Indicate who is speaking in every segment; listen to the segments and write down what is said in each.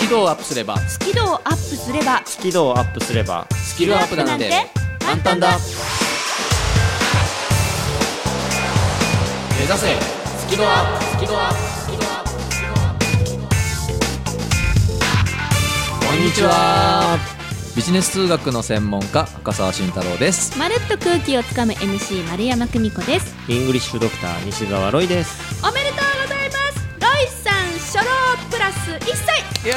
Speaker 1: キ度をアップすれば
Speaker 2: スキルをアップすれば
Speaker 3: スキルをアップすれば
Speaker 1: スキルアップなんて簡単だ目指せスキルアップスキルアップスキルアップスキルアップこんにちはビジネス数学の専門家赤澤慎太郎です
Speaker 2: まるっと空気をつかむ MC 丸山久美子です
Speaker 3: イングリッシュドクター西澤ロイです
Speaker 2: おめでとうございますロイさん初老プラス1歳
Speaker 1: イエイ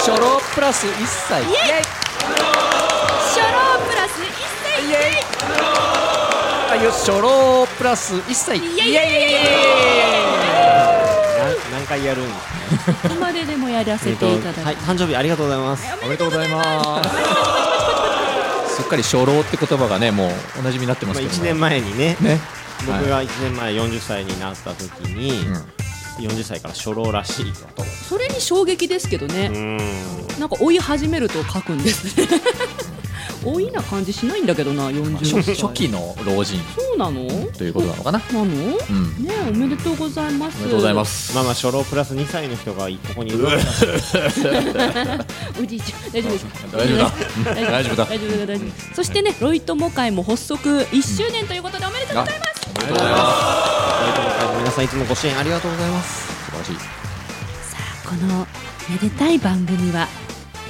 Speaker 1: 初老プラス1歳イエイ
Speaker 2: 初老プラス1歳イエ
Speaker 1: あよ初老プラス1歳
Speaker 2: イイエイイエイイエ
Speaker 3: 何何回やるんです
Speaker 2: イ
Speaker 3: か
Speaker 2: 今ででもやらせ
Speaker 3: と
Speaker 2: ていただいて、
Speaker 3: はい誕生日ありがとうございます
Speaker 1: おめでとうござい ますすっかり初老って言葉がねもうおなじみになってま
Speaker 3: ますあ
Speaker 1: けど
Speaker 3: 一年前にね
Speaker 1: ね
Speaker 3: 僕が1年前40歳になった時に、40歳から初老らしいと
Speaker 4: それに衝撃ですけどね、
Speaker 3: うん
Speaker 4: なんか追い始めると書くんですね 追いな感じしないんだけどな40
Speaker 1: 初
Speaker 4: 歳
Speaker 1: 初期の老人
Speaker 4: そうなの
Speaker 1: ということなのかな
Speaker 4: なのね
Speaker 1: うん
Speaker 4: えおめでとうございます
Speaker 1: おめでとうございます
Speaker 3: まあまあ初老プラス2歳の人がここにいる
Speaker 4: おじいちゃん大丈夫ですか
Speaker 1: 大丈夫だ大丈夫だ
Speaker 4: 大丈夫だ大丈夫そしてねロイ友会も発足1周年ということでおめでとうございます
Speaker 1: おめでとうございま
Speaker 3: 皆さんいつもご支援ありがとうございます
Speaker 1: す素晴らしい
Speaker 2: さあこのめでたい番組は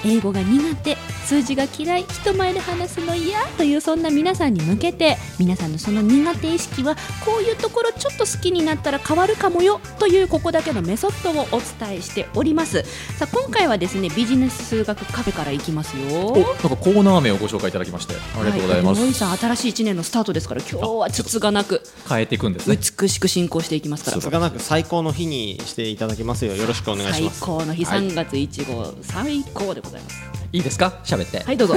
Speaker 2: 英語が苦手数字が嫌い人前で話すの嫌というそんな皆さんに向けて皆さんのその苦手意識はこういうところちょっと好きになったら変わるかもよというここだけのメソッドをお伝えしておりますさあ今回はですねビジネス数学カフェからいきますよ
Speaker 1: おなんかコーナー名をご紹介いただきましてありがとうございま
Speaker 4: ロイ
Speaker 1: す
Speaker 4: さん新しい1年のスタートですから今日はつつがなく
Speaker 1: 変えていくんですね
Speaker 4: 美しく進行していきますから
Speaker 3: つがなく最高の日にしていただきますよよろしくお願いし
Speaker 4: 最
Speaker 3: ます
Speaker 4: 高の日
Speaker 1: はい
Speaker 4: 3月1号、最高でございます
Speaker 1: いいですか喋って
Speaker 4: はいどうぞ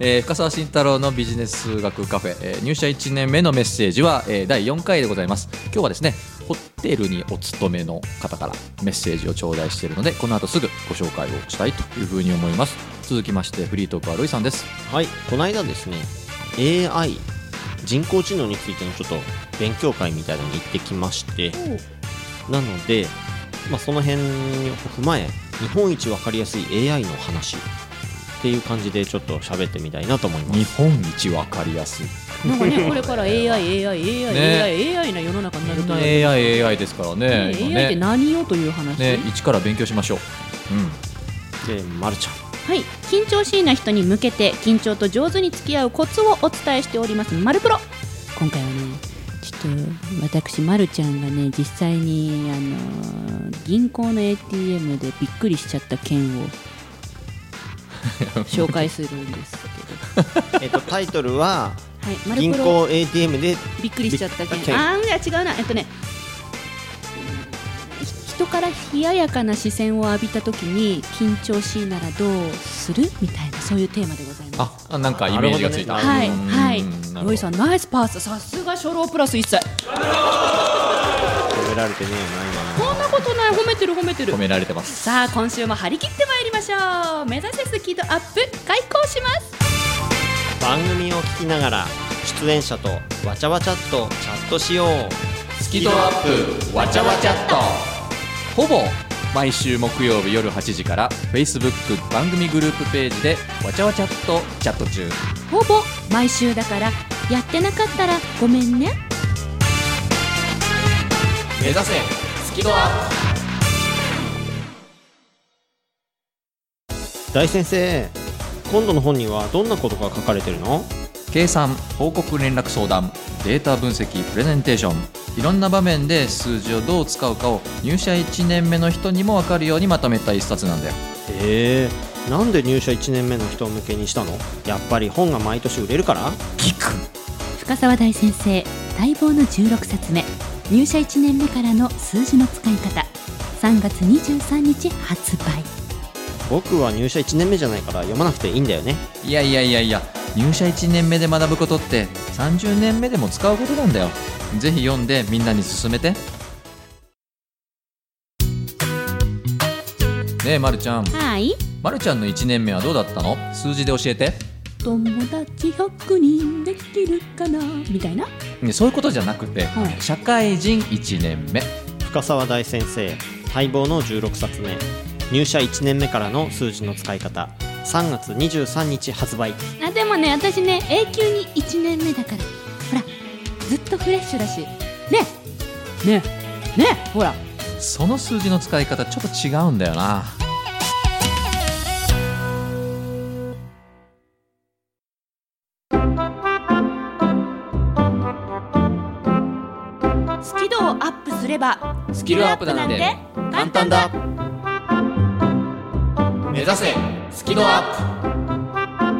Speaker 1: えー深澤慎太郎のビジネス数学カフェ、えー入社1年目のメッセージは、えー第4回でございます今日はですねホテルにお勤めの方からメッセージを頂戴しているのでこの後すぐご紹介をしたいというふうに思います続きましてフリートークはロイさんです
Speaker 3: はいこの間ですね AI 人工知能についてのちょっと勉強会みたいなのに行ってきましてなので、まあ、その辺を踏まえ日本一わかりやすい AI の話っていう感じでちょっと喋ってみたいなと思います
Speaker 1: 日本一わかりやすい
Speaker 4: なんかねこれから AIAIAIAI
Speaker 1: ね
Speaker 4: AI, AI な世の中になる
Speaker 1: みん
Speaker 4: と
Speaker 1: な
Speaker 4: ね
Speaker 1: AI AI ですからね今
Speaker 4: AI って
Speaker 1: ね
Speaker 4: 何よという話、
Speaker 1: ね一から勉強しましょううん
Speaker 3: で、ま、るちゃん
Speaker 2: はい緊張しいな人に向けて緊張と上手に付き合うコツをお伝えしております「マルプロ」今回はねちょっと私まるちゃんがね実際にあのー銀行の ATM でびっくりしちゃった件 を紹介するんですけど
Speaker 3: えっと、タイトルは
Speaker 2: はい
Speaker 3: 「
Speaker 2: マル
Speaker 3: 銀
Speaker 2: プロ
Speaker 3: 行 ATM で
Speaker 2: びっくりしちゃった件
Speaker 3: びっくり
Speaker 2: あーいや違うなえっとねひ人から冷ややかな視線を浴びた時に緊張しいならどうするみたいなそういうテーマでございます
Speaker 1: ああなんかイメージがついた、
Speaker 2: はい
Speaker 1: うん
Speaker 2: はい
Speaker 1: うんなるほ
Speaker 4: ロ
Speaker 1: ど
Speaker 4: イさんナイスパスさすが初老プラス1歳
Speaker 3: 褒められてねえな
Speaker 4: こんなことない褒めてる褒めてる
Speaker 1: 褒められてます
Speaker 4: さあ今
Speaker 2: 今週も張り切ってまいりましょう目指せスキドアップ開講します
Speaker 3: 今番組を聞きながら出演者とわちゃわちゃっとチャットしよう
Speaker 1: スキドアップわちゃわちゃっとほぼ毎週木曜日夜8時から Facebook 番組グループページでわちゃわちゃっとチャット中
Speaker 2: ほぼ毎週だからやってなかったらごめんね
Speaker 1: 目指せスキドアッ
Speaker 3: 大先生今度の本にはどんなことが書かれてるの
Speaker 1: プ計算報告連絡相談データ分析プレゼンテーションいろんな場面で数字をどう使うかを入社1年目の人にも分かるようにまとめた一冊なんだよ
Speaker 3: へえなんで入社1年目の人向けにしたのやっぱり本が毎年売れるから
Speaker 1: ギク
Speaker 2: 深澤大先生待望の16冊目入社1年目からの数字の使い方3月23日発売
Speaker 3: 僕は入社1年目じゃないから読まなくていいんだよね
Speaker 1: いやいやいやいや入社1年目で学ぶことって30年目でも使うことなんだよぜひ読んでみんなに勧めてねえ、ま、るちゃん、
Speaker 2: はい
Speaker 1: ま、るちゃんの1年目はどうだったの数字で教えて、
Speaker 2: 友達100人できるかなみたいな
Speaker 1: ね、そういうことじゃなくて、
Speaker 2: はい
Speaker 1: 社会人1年目
Speaker 3: 深沢大先生待望の16冊目入社1年目からの数字の使い方3月23日発売
Speaker 5: あでもね私ね永久に1年目だからほらずっとフレッシュだしね
Speaker 2: ねねほら
Speaker 1: その数字の使い方ちょっと違うんだよな
Speaker 5: スキルをアップすればス
Speaker 1: キルアップなんて簡単だ目指せスキルアップ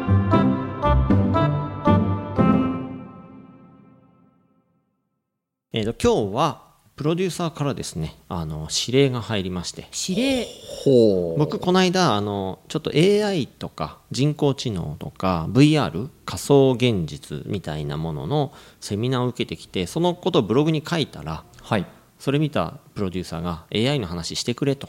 Speaker 3: えー、と今日はプロデューサーからですねあの指令が入りまして
Speaker 2: 指令
Speaker 1: ほ
Speaker 3: 僕この間あのちょっと AI とか人工知能とか VR 仮想現実みたいなもののセミナーを受けてきてそのことをブログに書いたら
Speaker 1: はい
Speaker 3: それ見たプロデューサーが AI の話してくれと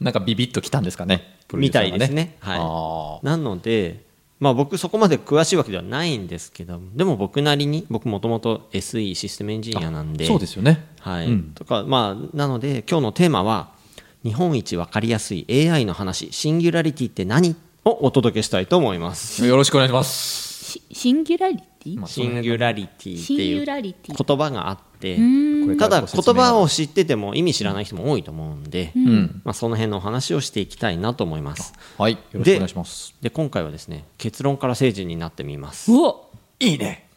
Speaker 1: なんかビビッときたんですかねプロデュー
Speaker 3: み
Speaker 1: サ
Speaker 3: た
Speaker 1: ー
Speaker 3: い
Speaker 1: が
Speaker 3: ですね、
Speaker 1: あ
Speaker 3: は
Speaker 1: ー
Speaker 3: い、なので、まあ、僕そこまで詳しいわけではないんですけどでも僕なりに僕もともと SE システムエンジニアなんで
Speaker 1: そうですよね
Speaker 3: はい
Speaker 1: うん
Speaker 3: とかまあなので今日のテーマは「日本一わかりやすい AI の話シンギュラリティって何?」をお届けしたいと思います。
Speaker 1: よろしくお願いします
Speaker 5: シシンギュラリティ
Speaker 1: まあ
Speaker 3: シンギュラリティって
Speaker 5: シンギ
Speaker 3: い
Speaker 5: ュ
Speaker 3: う
Speaker 5: ラリティ
Speaker 3: 言葉があって
Speaker 1: これか
Speaker 3: た
Speaker 1: ら
Speaker 3: だ
Speaker 1: ご説
Speaker 3: 言
Speaker 1: 明が
Speaker 3: 葉を知ってても意味知らない人も多いと思うんで、
Speaker 1: ん
Speaker 3: まあ、その辺のお話をしていきたいなと思います。
Speaker 1: はいよろしくお願いします
Speaker 3: で今回はですね結論から政治になってみます、
Speaker 2: お
Speaker 1: いい ね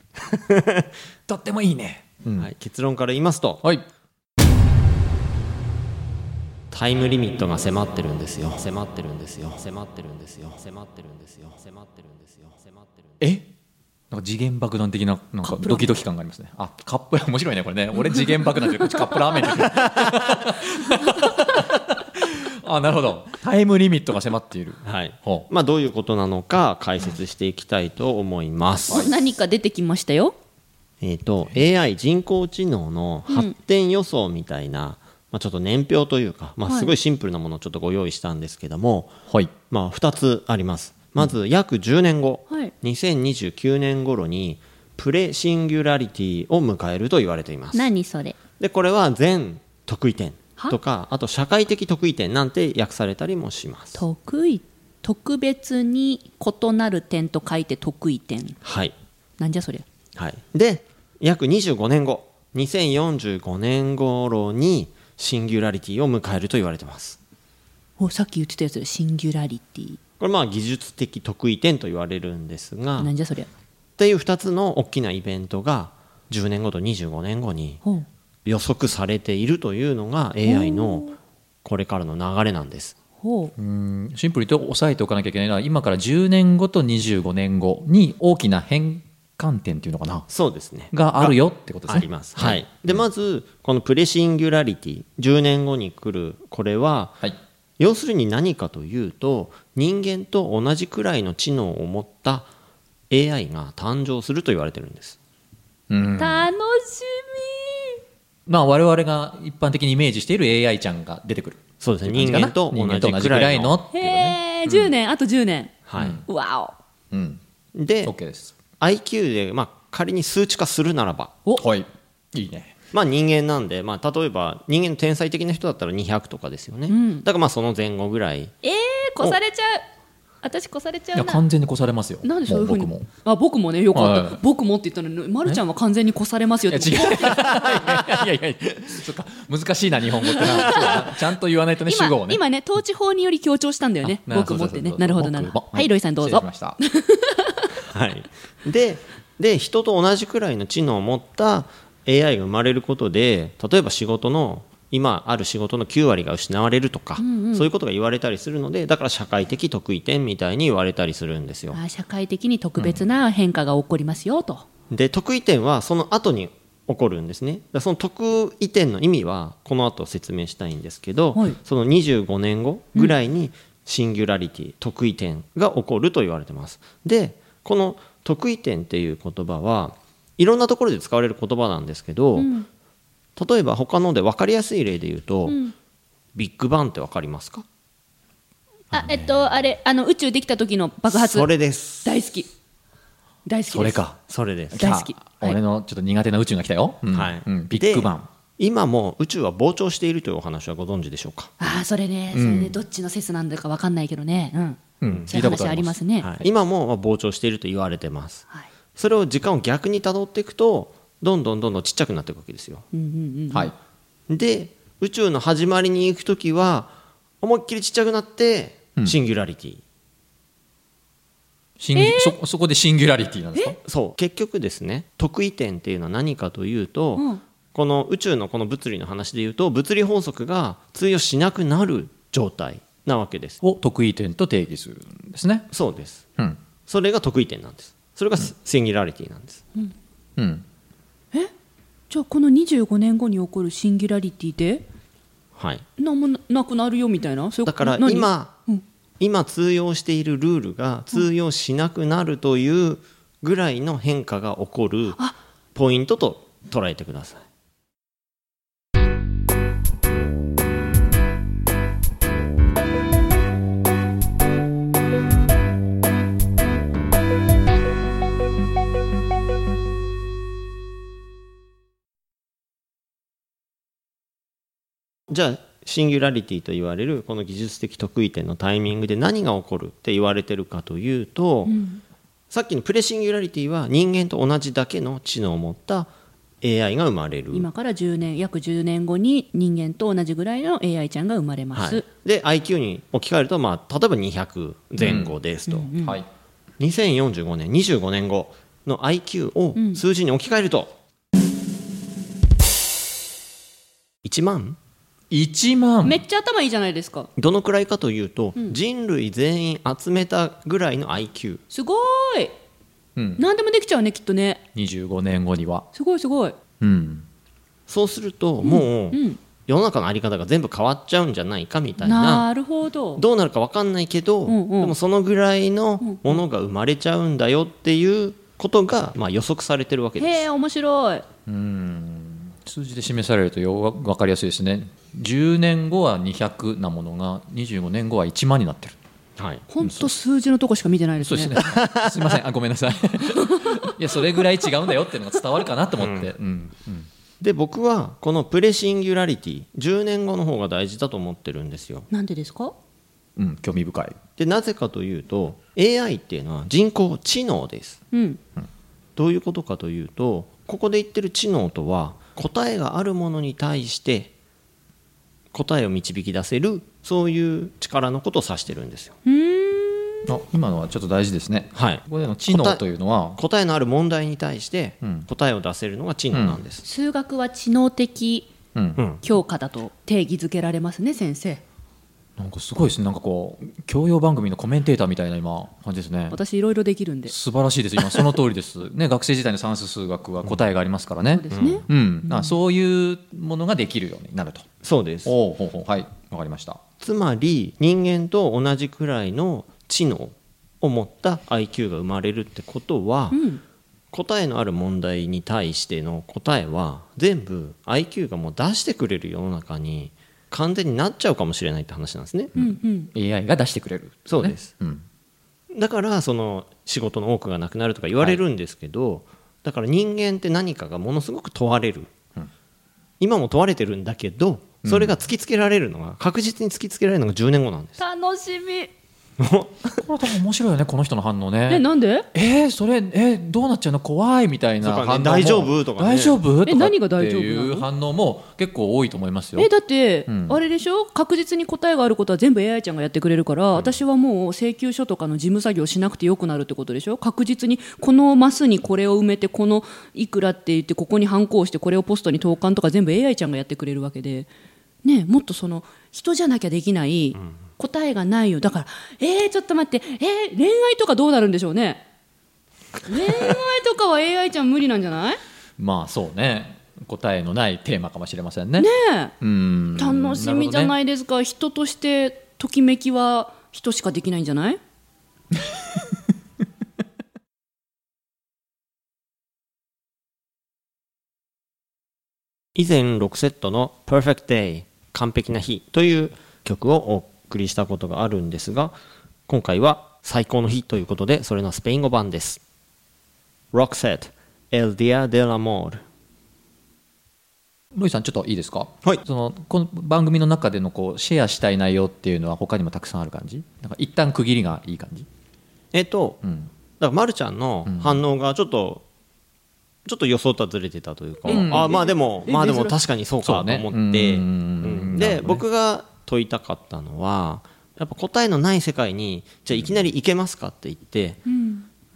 Speaker 1: とってもいいね
Speaker 3: はい、結論から言いますと
Speaker 1: はい
Speaker 3: タイムリミットが迫ってるんですよ迫ってるんですよ迫ってるんですよ迫ってるんですよ迫ってるんですよ迫ってるんですよ
Speaker 1: えなんか次元爆弾的ななんかドキドキ感がありますねあカップラー面白いねこれね俺次元爆弾でこっちカップラーメン にあなるほどタイムリミットが迫っている
Speaker 3: はい
Speaker 1: ほう
Speaker 3: まあどういうことなのか解説していきたいと思います、
Speaker 2: 何か出てきましたよ
Speaker 3: えっ、と AI 人工知能の発展予想みたいな、まあ、ちょっと年表というか、まあ、すごいシンプルなものをちょっとご用意したんですけども、
Speaker 1: はい
Speaker 3: まあ、2つありますまず約10年後、
Speaker 2: はい
Speaker 3: 2029年頃にプレシンギュラリティを迎えると言われています
Speaker 5: 何それ
Speaker 3: でこれは全得意点とかあと社会的得意点なんて訳されたりもします
Speaker 2: 得意特別に異なる点と書いて得意点
Speaker 3: はい、
Speaker 2: なんじゃそりゃ
Speaker 3: はい、で約25年後2045年頃にシンギュラリティを迎えると言われてます
Speaker 2: おさっき言ってたやつシンギュラリティ
Speaker 3: これまあ技術的得意点と言われるんですが
Speaker 2: なん
Speaker 3: っ
Speaker 2: じゃそりゃ
Speaker 3: ていう2つの大きなイベントが10年後と25年後に
Speaker 2: ほう
Speaker 3: 予測されているというのが AI のこれからの流れなんです。
Speaker 2: ほ
Speaker 1: う
Speaker 2: う
Speaker 1: んシンプルに言うと押さえておかなきゃいけないのは今から10年後と25年後に大きな変換点っていうのかな
Speaker 3: そうですね。
Speaker 1: があるよってことです
Speaker 3: あ
Speaker 1: ね
Speaker 3: ります。はい。で、まず、このプレシンギュラリティ、10年後に来る、これは、
Speaker 1: はい
Speaker 3: 要するに何かというと、人間と同じくらいの知能を持った AI が誕生すると言われてるんです。
Speaker 1: うん
Speaker 5: 楽し
Speaker 1: まあ我々が一般的にイメージしている AI ちゃんが出てくる
Speaker 3: そうですね。人
Speaker 1: 感じか
Speaker 3: 間
Speaker 1: な
Speaker 3: と同
Speaker 1: 人間
Speaker 3: じくらいの。
Speaker 1: っていうね
Speaker 2: へえ10年あと10年
Speaker 3: はい。
Speaker 2: わ
Speaker 1: うん
Speaker 3: で、
Speaker 1: OK です。
Speaker 3: IQ で、まあ、仮に数値化するならば、
Speaker 2: お
Speaker 1: はい。いいね。
Speaker 3: まあ人間なんで、まあ例えば人間の天才的な人だったら200とかですよね。だからまあその前後ぐらい。
Speaker 5: みえー、越されちゃう私越されち
Speaker 1: い
Speaker 5: ゃ
Speaker 1: や
Speaker 5: うな
Speaker 1: 完全に越されますよ。
Speaker 2: なんでそういう
Speaker 1: も
Speaker 2: ふう
Speaker 1: う僕
Speaker 2: に
Speaker 1: も。
Speaker 2: あ僕もねよかった、
Speaker 1: はい
Speaker 2: 僕もって言ったのにまるちゃんは完全に越されますよ
Speaker 1: いや
Speaker 2: って
Speaker 1: 違う。いやいやいや。そっか難しいな日本語ってなそうだな。ちゃんと言わないとね主語を
Speaker 2: 今
Speaker 1: ね。
Speaker 2: 今ね統治法により強調したんだよね
Speaker 1: な
Speaker 2: 僕もってね
Speaker 1: そうそうそうそう
Speaker 2: なるほどなるほど
Speaker 1: 僕も
Speaker 2: はいロイさんどうぞ
Speaker 1: 失礼しまし
Speaker 3: はい。で、で、人と同じくらいの知能を持った AI が生まれることで、例えば仕事の、今ある仕事の9割が失われるとか、そういうことが言われたりするので、だから社会的得意点みたいに言われたりするんですよ。
Speaker 2: あ社会的に特別な変化が起こりますよと、
Speaker 3: で、得意点はその後に起こるんですね。だからその得意点の意味は、この後説明したいんですけど、
Speaker 2: はい
Speaker 3: その25年後ぐらいにシンギュラリティ、得意点が起こると言われてます。で、この得意点っていう言葉はいろんなところで使われる言葉なんですけど、例えば他ので分かりやすい例で言うと、ビッグバンって分かりますか
Speaker 5: あえっとあれあの宇宙できた時の爆発
Speaker 3: それです。
Speaker 2: 大好き大好き
Speaker 1: た。それ
Speaker 2: です
Speaker 1: か。
Speaker 3: それです。
Speaker 2: 大好き
Speaker 1: 来た
Speaker 2: はい
Speaker 1: 俺のちょっと苦手な宇宙が来たよ。うん
Speaker 3: はい
Speaker 1: うんビッグバン。
Speaker 3: 今も宇宙は膨張しているというお話はご存知でしょうか、
Speaker 5: ああそれね、
Speaker 1: うん
Speaker 5: それでどっちの説なんだかわかんないけどね、うん、
Speaker 1: うん
Speaker 5: そういう話ありますね。
Speaker 3: はい、今もまあ膨張していると言われてます
Speaker 5: はい
Speaker 3: それを時間を逆にたどっていくとどんどんどんどんちっちゃくなっていくわけですよ
Speaker 2: うんうんうん
Speaker 1: はい
Speaker 3: で宇宙の始まりに行く時は思いっきりちっちゃくなって
Speaker 1: うん
Speaker 3: シンギュラリティ、
Speaker 1: シンそそこでシンギュラリティなんですか
Speaker 3: そう結局ですね得意点っていうのは何かというと、
Speaker 5: うん
Speaker 3: この宇宙のこの物理の話でいうと物理法則が通用しなくなる状態なわけです
Speaker 1: を得意点と定義するんですね
Speaker 3: そうです
Speaker 1: うん
Speaker 3: それが得意点なんですそれがシシンギュラリティなんです、
Speaker 1: うん
Speaker 2: じゃあこの25年後に起こるシンギュラリティで
Speaker 3: はい
Speaker 2: 何もなくなるよみたいなそういう
Speaker 3: だから
Speaker 2: 何
Speaker 3: 今、
Speaker 2: うん
Speaker 3: 今通用しているルールが通用しなくなるというぐらいの変化が起こる
Speaker 2: あ
Speaker 3: ポイントと捉えてください。じゃあシンギュラリティと言われるこの技術的得意点のタイミングで何が起こるって言われてるかというと、さっきのプレシンギュラリティは人間と同じだけの知能を持った AI が生まれる。
Speaker 2: 今から10年約10年後に人間と同じぐらいの AI ちゃんが生まれま
Speaker 3: は
Speaker 2: す、
Speaker 3: い、で IQ に置き換えると、まあ、例えば200前後ですと、
Speaker 1: はい
Speaker 3: 2045年25年後の IQ を数字に置き換えると、1万
Speaker 1: 1万
Speaker 2: めっちゃ頭いいじゃないですか
Speaker 3: どのくらいかというと、人類全員集めたぐらいの IQ
Speaker 2: すごーい、
Speaker 1: うん
Speaker 2: 何でもできちゃうねきっとね
Speaker 1: 25年後には
Speaker 2: すごいすごい
Speaker 1: うん
Speaker 3: そうするとも
Speaker 2: う
Speaker 3: う
Speaker 2: ん
Speaker 3: 世の中のあり方が全部変わっちゃうんじゃないかみたいな
Speaker 2: なるほど
Speaker 3: どうなるか分かんないけど、
Speaker 2: うんうん
Speaker 3: でもそのぐらいのものが生まれちゃうんだよっていうことが、まあ、予測されてるわけです。
Speaker 2: へえ面白い
Speaker 1: 数字で示されるとよわ分かりやすいですね10年後は200なものが25年後は1万になってる
Speaker 3: はい、
Speaker 2: ほんと数字のとこしか見てないで
Speaker 1: そ
Speaker 2: す
Speaker 1: う
Speaker 2: ね
Speaker 1: ですねすいませんあごめんな さいいやそれぐらい違うんだよっていうのが伝わるかなと思って、うんうん
Speaker 3: で僕はこのプレシンギュラリティ10年後の方が大事だと思ってるんですよ。
Speaker 2: なんでですか
Speaker 1: うん、興味深い
Speaker 3: でなぜかというと AI っていうのは人工知能です。
Speaker 2: うん
Speaker 3: どういうことかというとここで言ってる知能とは答えがあるものに対して答えを導き出せるそういう力のことを指してるんですよ。
Speaker 1: あ今のはちょっと大事ですね
Speaker 3: はい
Speaker 1: こ、こでの知能というのは
Speaker 3: 答えのある問題に対して
Speaker 1: うん
Speaker 3: 答えを出せるのが知能なんです。
Speaker 2: 数学は知能的
Speaker 1: うん
Speaker 3: うん
Speaker 2: 強化だと定義づけられますね先生
Speaker 1: なんかすごいですねなんかこう教養番組のコメンテーターみたいな今感じですね
Speaker 2: 私いろいろできるんでそ
Speaker 1: 素晴らしいです今その通りです、ね、学生時代の算数数学は答えがありますからね
Speaker 2: うですね、
Speaker 1: うん、あそういうものができるようになると。
Speaker 3: そうです
Speaker 1: おうほうほうはい、わかりました。
Speaker 3: つまり人間と同じくらいの知能を持った IQ が生まれるってことは、
Speaker 2: ん
Speaker 3: 答えのある問題に対しての答えは全部 IQ がもう出してくれる世の中に完全になっちゃうかもしれないって話なんですね。
Speaker 2: うんうん、
Speaker 1: AI が出してくれる。
Speaker 3: そうです、
Speaker 1: うん、
Speaker 3: だからその仕事の多くがなくなるとか言われるんですけど、だから人間って何かがものすごく問われる、今も問われてるんだけどそれが突きつけられるのが、確実に突きつけられるのが10年後なんです
Speaker 2: 楽しみ
Speaker 1: これ多分面白いよね、この人の反応
Speaker 2: え
Speaker 1: ね。
Speaker 2: なんで
Speaker 1: えー、それ、えーどうなっちゃうの怖いみたいな
Speaker 3: そうかね
Speaker 1: 反応も
Speaker 3: 大丈夫とかね
Speaker 1: 大丈夫とか
Speaker 2: え何が
Speaker 1: って
Speaker 2: 大丈夫なの
Speaker 1: いう反応も結構多いと思いますよ
Speaker 2: え。だって、
Speaker 1: うん
Speaker 2: あれでしょ確実に答えがあることは全部 AI ちゃんがやってくれるから、私はもう請求書とかの事務作業しなくてよくなるってことでしょ確実にこのマスにこれを埋めてこのいくらって言ってここにハンコをしてこれをポストに投函とか全部 AI ちゃんがやってくれるわけで、ねえ、もっとその人じゃなきゃできない、答えがないよだからえー、ちょっと待ってえー、恋愛とかどうなるんでしょうね恋愛とかは AI ちゃん無理なんじゃない
Speaker 1: まあそうね、答えのないテーマかもしれませんね。
Speaker 2: ねえ
Speaker 1: うん
Speaker 2: 楽しみじゃ
Speaker 1: い
Speaker 2: ないですか、人としてときめきは人しかできないんじゃない
Speaker 3: 以前6セットの「Perfect Day 完璧な日」という曲をお送りしたことがあるんですが今回は「最高の日」ということでそれのスペイン語版です「Rock Set El Dia del Amor」
Speaker 1: ロイさんちょっといいですか、
Speaker 3: はい
Speaker 1: そのこの番組の中でのこうシェアしたい内容っていうのは他にもたくさんある感じなんか一旦区切りがいい感じ、
Speaker 3: えっと、
Speaker 1: うん
Speaker 3: だからまるちゃんの反応がちょっと、ちょっと予想とはずれてたというか、
Speaker 1: うん
Speaker 3: あまあでも
Speaker 2: え
Speaker 3: まあでも
Speaker 2: 珍しい
Speaker 3: 確かにそう
Speaker 1: そ
Speaker 3: か
Speaker 1: う
Speaker 3: と
Speaker 1: ね
Speaker 3: 思って、
Speaker 1: うん
Speaker 3: うん
Speaker 1: なる
Speaker 3: で、
Speaker 1: ほどね
Speaker 3: 僕が問いたかったのはやっぱ答えのない世界にじゃあいきなり行けますかって言って、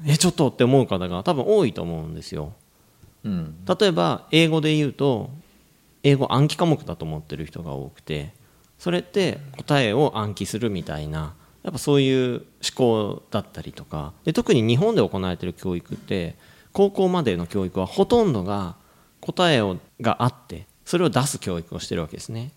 Speaker 3: えちょっとって思う方が多分多いと思うんですよ
Speaker 1: うん、
Speaker 3: 例えば英語で言うと英語暗記科目だと思ってる人が多くてそれって答えを暗記するみたいなやっぱそういう思考だったりとかで特に日本で行われてる教育って高校までの教育はほとんどが答えをがあってそれを出す教育をしてるわけですね。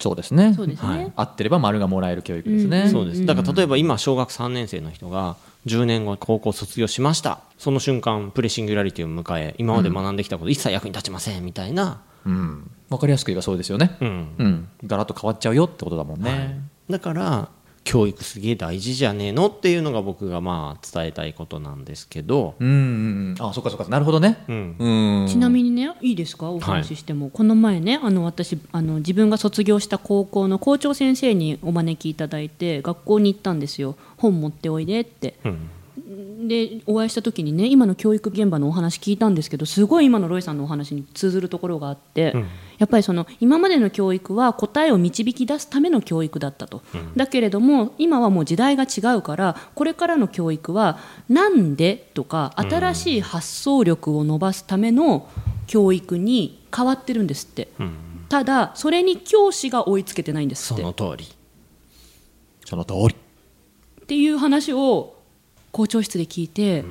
Speaker 1: そうですね
Speaker 2: そうですね
Speaker 1: 合ってれば丸がもらえる教育ですね、
Speaker 3: そうですだから例えば今小学3年生の人が10年後高校卒業しましたその瞬間プレシングラリティを迎え今まで学んできたこと一切役に立ちませんみたいな、
Speaker 1: うん、分かりやすく言えばそうですよね、
Speaker 3: うん、
Speaker 1: うん、ガラッと変わっちゃうよってことだもんね、
Speaker 3: だから教育すげえ大事じゃねえのっていうのが僕がまあ伝えたいことなんですけど、
Speaker 1: うんうんうんあそっかそっかなるほどね
Speaker 3: うん
Speaker 1: うん
Speaker 2: ちなみにねいいですかお話ししても、この前ねあの私あの自分が卒業した高校の校長先生にお招きいただいて学校に行ったんですよ本持っておいでって
Speaker 3: うん
Speaker 2: でお会いした時にね今の教育現場のお話聞いたんですけどすごい今のロイさんのお話に通ずるところがあって、やっぱりその今までの教育は答えを導き出すための教育だったと、だけれども今はもう時代が違うからこれからの教育はなんでとか新しい発想力を伸ばすための教育に変わってるんですって、ただそれに教師が追いつけてないんです
Speaker 3: そ
Speaker 2: って
Speaker 3: の通り
Speaker 1: その通り
Speaker 2: っていう話を校長室で聞いて、で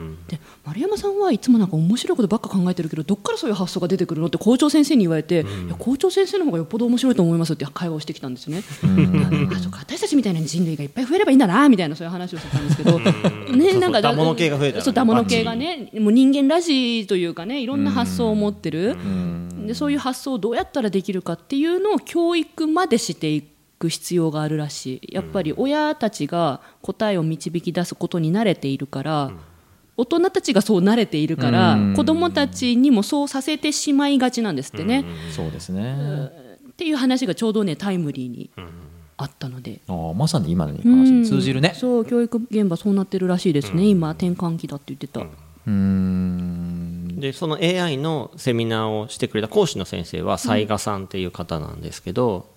Speaker 2: 丸山さんはいつもなんか面白いことばっか考えてるけどどっからそういう発想が出てくるのって校長先生に言われて、いや校長先生の方がよっぽど面白いと思いますって会話をしてきたんですね、あそうか私たちみたいな人類がいっぱい増えればいいんだなみたいなそういう話をしてたんですけど、ね
Speaker 3: そう
Speaker 2: なんか
Speaker 3: ダモノ系が増えたよね
Speaker 2: そうダモノ系がねもう人間らしいというかねいろんな発想を持ってる、でそういう発想をどうやったらできるかっていうのを教育までしていく必要があるらしいやっぱり親たちが答えを導き出すことに慣れているから、大人たちがそう慣れているから、
Speaker 1: うん
Speaker 2: 子どもたちにもそうさせてしまいがちなんですってね、
Speaker 1: そうですね、
Speaker 2: っていう話がちょうどねタイムリーにあったので。
Speaker 1: ああまさに今の話に通じるね
Speaker 2: そう教育現場そうなってるらしいですね、今転換期だって言ってた、
Speaker 1: うんん
Speaker 3: でその AI のセミナーをしてくれた講師の先生は雑賀さんっていう方なんですけど、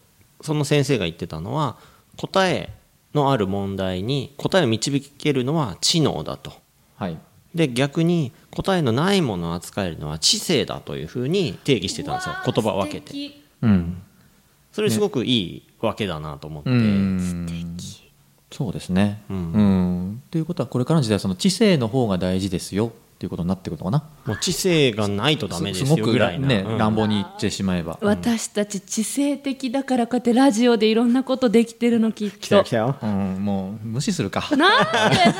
Speaker 3: その先生が言ってたのは答えのある問題に答えを導けるのは知能だと
Speaker 1: はい
Speaker 3: で逆に答えのないものを扱えるのは知性だというふうに定義してたんですよ言葉を分けて
Speaker 2: て
Speaker 1: うん
Speaker 3: それすごくいいわけだなと思って、
Speaker 1: 素敵そうですね
Speaker 3: うん
Speaker 1: うんということはこれからの時代はその知性の方が大事ですよっていうことになってくるのかな
Speaker 3: もう知性がないとダメですすよ
Speaker 1: すごく
Speaker 3: ぐらいな、
Speaker 1: ね
Speaker 3: うん
Speaker 1: 乱暴に言ってしまえば
Speaker 2: 私たち知性的だからこうやってラジオでいろんなことできてるのきっと
Speaker 3: 来たよ来たよ
Speaker 1: うんもう無視す るか
Speaker 2: なんでなんで新しいも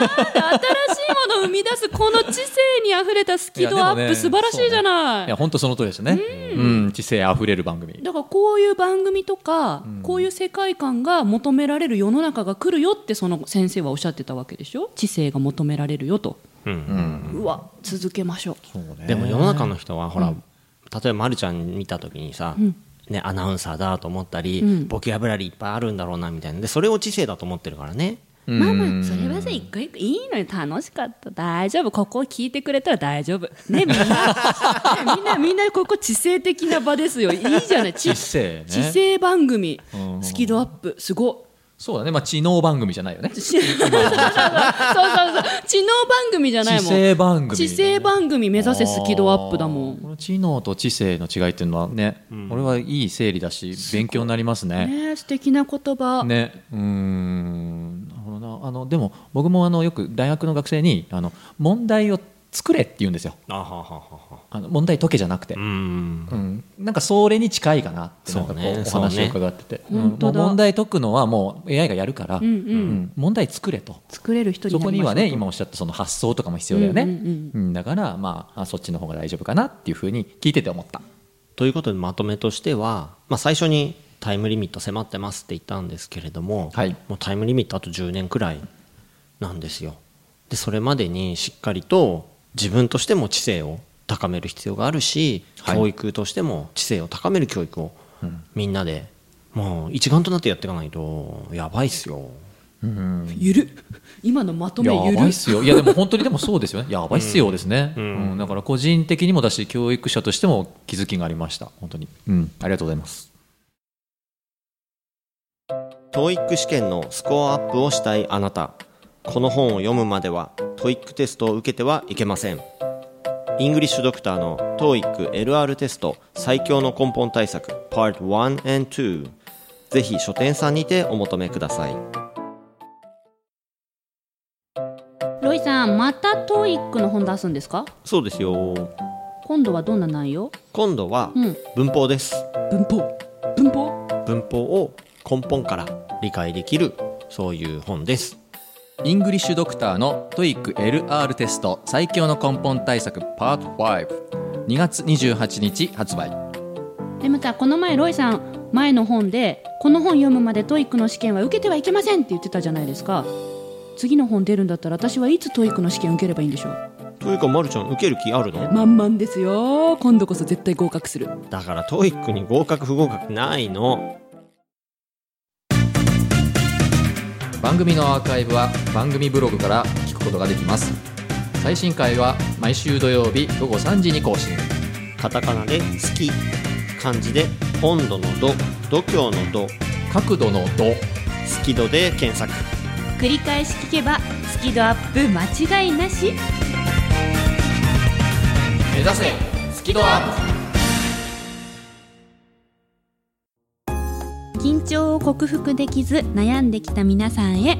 Speaker 2: のを生み出すこの知性にあふれたスキドアッ
Speaker 1: いやでも
Speaker 2: プ
Speaker 1: ね
Speaker 2: 素晴らしいじゃない
Speaker 1: いや本当その通りですねうん知性あふれる番組
Speaker 2: だからこういう番組とか、こういう世界観が求められる世の中が来るよってその先生はおっしゃってたわけでしょ知性が求められるよと、
Speaker 3: うん
Speaker 2: うわ続けましょう
Speaker 1: そうね
Speaker 3: でも世の中の人はほら、例えばまるちゃん見た時にさ、ね、アナウンサーだと思ったり、
Speaker 2: ん
Speaker 3: ボキャブラリーいっぱいあるんだろうなみたいなでそれを知性だと思ってるからね
Speaker 1: うん
Speaker 2: まあまあそれはさ一個一個いいのよ楽しかった大丈夫ここを聞いてくれたら大丈夫 ねみんなみんなみんなここ知性的な場ですよいいじゃない知
Speaker 1: 知性ね
Speaker 2: 知性番組
Speaker 1: うん
Speaker 2: スキドアップすご
Speaker 1: そうだねまあ知能番組じゃないよね
Speaker 2: いそうそうそうそう知能番組じゃない
Speaker 1: 知
Speaker 2: もん
Speaker 1: 性番組だね
Speaker 2: 知性番組目指せスキドアップだも
Speaker 1: あーこ
Speaker 2: ん
Speaker 1: の知能と知性の違いっていうのはね、俺はいい整理だし勉強になりますね。
Speaker 2: ねえ素敵な言葉、
Speaker 1: ね、うーんなるほどなあのでも僕もあのよく大学の学生にあの問題を作れって言うんですよ
Speaker 3: あはははは
Speaker 1: あの問題解けじゃなくて、う
Speaker 3: うんん
Speaker 1: なんかそれに近いかなってなんかこう
Speaker 3: そうね
Speaker 1: お
Speaker 3: そう
Speaker 1: 話を
Speaker 3: ね
Speaker 1: 伺ってて、うん
Speaker 2: 本当だ
Speaker 1: もう問題解くのはもう AI がやるから、
Speaker 2: うんうん
Speaker 1: うん問題作れと
Speaker 2: 作れる人にな
Speaker 1: そ
Speaker 2: り
Speaker 1: こ
Speaker 2: ましょう
Speaker 1: にはね
Speaker 2: と
Speaker 1: 今おっしゃったその発想とかも必要だよね、
Speaker 2: うんうん
Speaker 1: うんだからまああそっちの方が大丈夫かなっていうふうに聞いてて思った。
Speaker 3: ということでまとめとしては、まあ、最初にタイムリミット迫ってますって言ったんですけれども、
Speaker 1: はい
Speaker 3: もうタイムリミットあと10年くらいなんですよでそれまでにしっかりと自分としても知性を高める必要があるし、
Speaker 1: はい
Speaker 3: 教育としても知性を高める教育を
Speaker 1: うん
Speaker 3: みんなでもう一丸となってやっていかないとやばいっすよ。
Speaker 1: うん
Speaker 6: ゆる今のまとめゆ
Speaker 1: やば
Speaker 6: る
Speaker 1: いっすよいやでも本当にでもそうですよねやばいっすよですね、う
Speaker 3: うんん
Speaker 1: だから個人的にもだし教育者としても気づきがありました本当に、うん、ありがとうございます
Speaker 3: ト e i c 試験のスコアアップをしたいあなたこの本を読むまでは TOEIC テストを受けてはいけませんイングリッシュドクターの TOEICLR テスト最強の根本対策 Part 1 and 2ぜひ書店さんにてお求めください
Speaker 6: ロイさんまたトイックの本出すんですか
Speaker 3: そうですよ
Speaker 6: 今度はどんな内容
Speaker 3: 今度は
Speaker 6: うん
Speaker 3: 文法です
Speaker 6: 文法文法
Speaker 3: 文法を根本から理解できるそういう本です
Speaker 1: イングリッシュドクターの TOEICLR テスト最強の根本対策パート52月28日発売
Speaker 6: でまたこの前ロイさん前の本でこの本読むまでトイックの試験は受けてはいけませんって言ってたじゃないですか次の本出るんだったら私はいつトイックの試験受ければいいんでしょう
Speaker 3: というかまるちゃん受ける気あるの
Speaker 6: 満々ですよ今度こそ絶対合格する
Speaker 3: だから TOEIC に合格不合格ないの
Speaker 1: 番組のアーカイブは番組ブログから聞くことができます最新回は毎週土曜日午後3時に更新
Speaker 3: カタカナで「好き」漢字で「温度の度」「度胸の度」
Speaker 1: 角度の度
Speaker 3: 「好き度」で検索
Speaker 2: 繰り返し聞けばスキドアップ間違いなし
Speaker 1: 目指せスキドアップ
Speaker 2: 緊張を克服できず悩んできた皆さんへ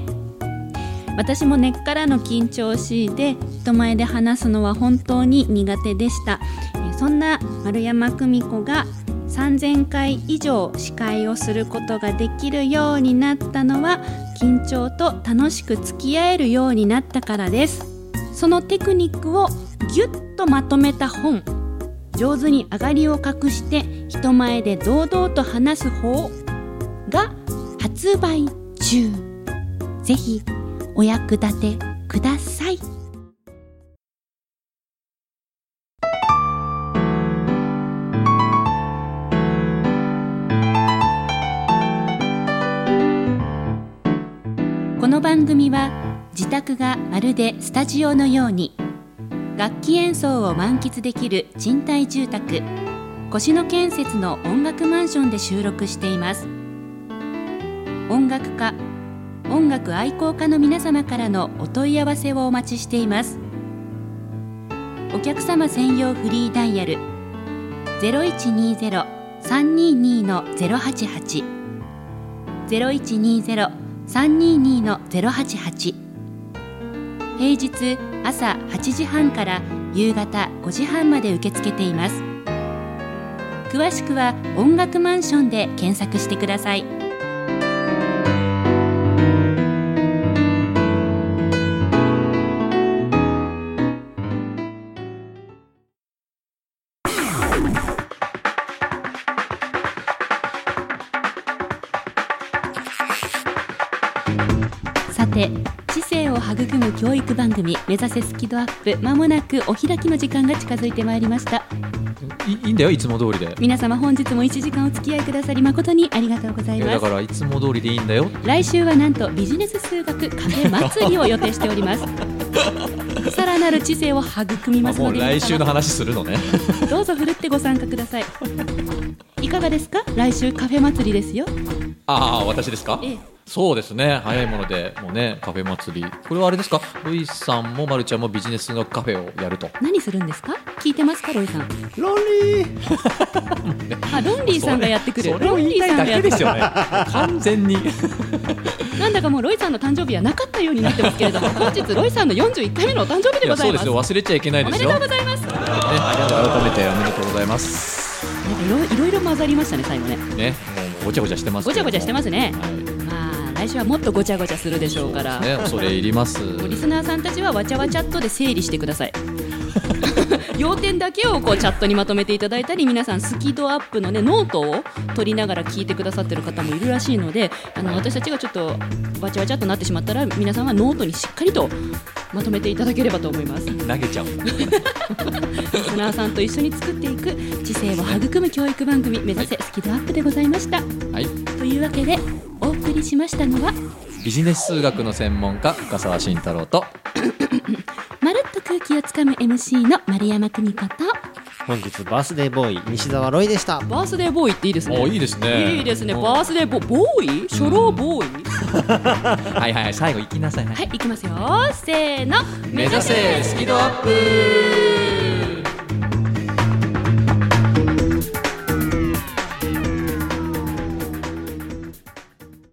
Speaker 2: 私も根っからの緊張を強いて人前で話すのは本当に苦手でしたえーそんな丸山久美子が3000回以上司会をすることができるようになったのは緊張と楽しく付き合えるようになったからですそのテクニックをぎゅっとまとめた本上手に上がりを隠して人前で堂々と話す方が発売中ぜひお役立てくださいこの番組は自宅がまるでスタジオのように楽器演奏を満喫できる賃貸住宅越野建設の音楽マンションで収録しています音楽家音楽愛好家の皆様からのお問い合わせをお待ちしていますお客様専用フリーダイヤル0120-322-088 0120-322-088平日朝8時半から夕方5時半まで受け付けています詳しくは音楽マンションで検索してくださいさて知性を育む教育番組目指せスキドアップまもなくお開きの時間が近づいてまいりました
Speaker 1: いいいんだよいつも通りで
Speaker 2: 皆様本日も1時間お付き合いくださり誠にありがとうござい
Speaker 1: いや
Speaker 2: ま
Speaker 1: だ
Speaker 2: す
Speaker 1: からいつも通りでいいんだよ
Speaker 2: 来週はなんとビジネス数学カフェ祭りを予定してお りますさらなる知性を育み
Speaker 1: あ
Speaker 2: ます
Speaker 1: も
Speaker 2: の
Speaker 1: う
Speaker 2: で
Speaker 1: 来
Speaker 2: 皆
Speaker 1: 週の
Speaker 2: 様
Speaker 1: 話するのね
Speaker 2: どうぞふるってご参加くださいいかがですか来週カフェ祭りですよ
Speaker 1: ああ私ですか
Speaker 2: ええ
Speaker 1: そうですね早いものでもうねカフェ祭りこれはあれですかルイさんもまるちゃんもビジネスのカフェをやると
Speaker 2: 何するんですか聞いてますかロイさん
Speaker 3: ロリー
Speaker 2: あロンリーさんがやってくる
Speaker 1: それを
Speaker 2: ロン
Speaker 1: 言
Speaker 2: リ
Speaker 1: いた
Speaker 2: ーさん
Speaker 1: い
Speaker 2: が
Speaker 1: だ
Speaker 2: や
Speaker 1: けで
Speaker 2: って
Speaker 1: す
Speaker 2: く
Speaker 1: よ
Speaker 2: る
Speaker 1: ね完全に
Speaker 2: なんだかもうロイさんの誕生日はなかったようになってますけれ ども本日ロイさんの41回目のお誕生日
Speaker 1: い
Speaker 2: でご
Speaker 1: や
Speaker 2: ざ
Speaker 1: そ
Speaker 2: い
Speaker 1: で
Speaker 2: うます
Speaker 1: すよ忘れちゃいけない
Speaker 2: お
Speaker 1: で
Speaker 2: め
Speaker 1: す
Speaker 2: で
Speaker 1: よ
Speaker 2: とうございますなんか
Speaker 1: ね、改めておめでとうございます。
Speaker 2: いろいろいろ混ざりましたね最後ね
Speaker 1: ね、もうごちゃごちゃしてますけ
Speaker 2: ごち
Speaker 1: ど
Speaker 2: ゃ
Speaker 1: も。
Speaker 2: ごちゃしてますね
Speaker 1: はい。
Speaker 2: まあ来週はもっとごちゃごちゃするでしょうから
Speaker 1: ね、恐れ入ります。
Speaker 2: リスナーさんたちはわちゃわちゃっとで整理してください要点だけをこうチャットにまとめていただいたり皆さんスキドアップの、ね、ノートを取りながら聞いてくださってる方もいるらしいのであの私たちがちょっとわちゃわちゃっとなってしまったら皆さんはノートにしっかりとまとめていただければと思います。
Speaker 1: 投げちゃうんだ
Speaker 2: リスナーさんと一緒に作っていく知性を育む教育番組目指せスキドアップでございました。
Speaker 1: はい
Speaker 5: というわけでお送りしましたのは
Speaker 1: ビジネス数学の専門家深澤慎太郎と
Speaker 5: まるっと空気をつかむ MC の丸山久美子と
Speaker 3: 本日バースデーボーイ西澤ロイでした
Speaker 2: バースデーボーイっていいですね。
Speaker 1: おいいですね
Speaker 2: いいですね。
Speaker 1: うん
Speaker 2: バースデーボーボーイ、初老ボーイ。
Speaker 1: はいはい最後行きなさいね
Speaker 5: はい行きますよせーの
Speaker 1: 目指せスキドアップ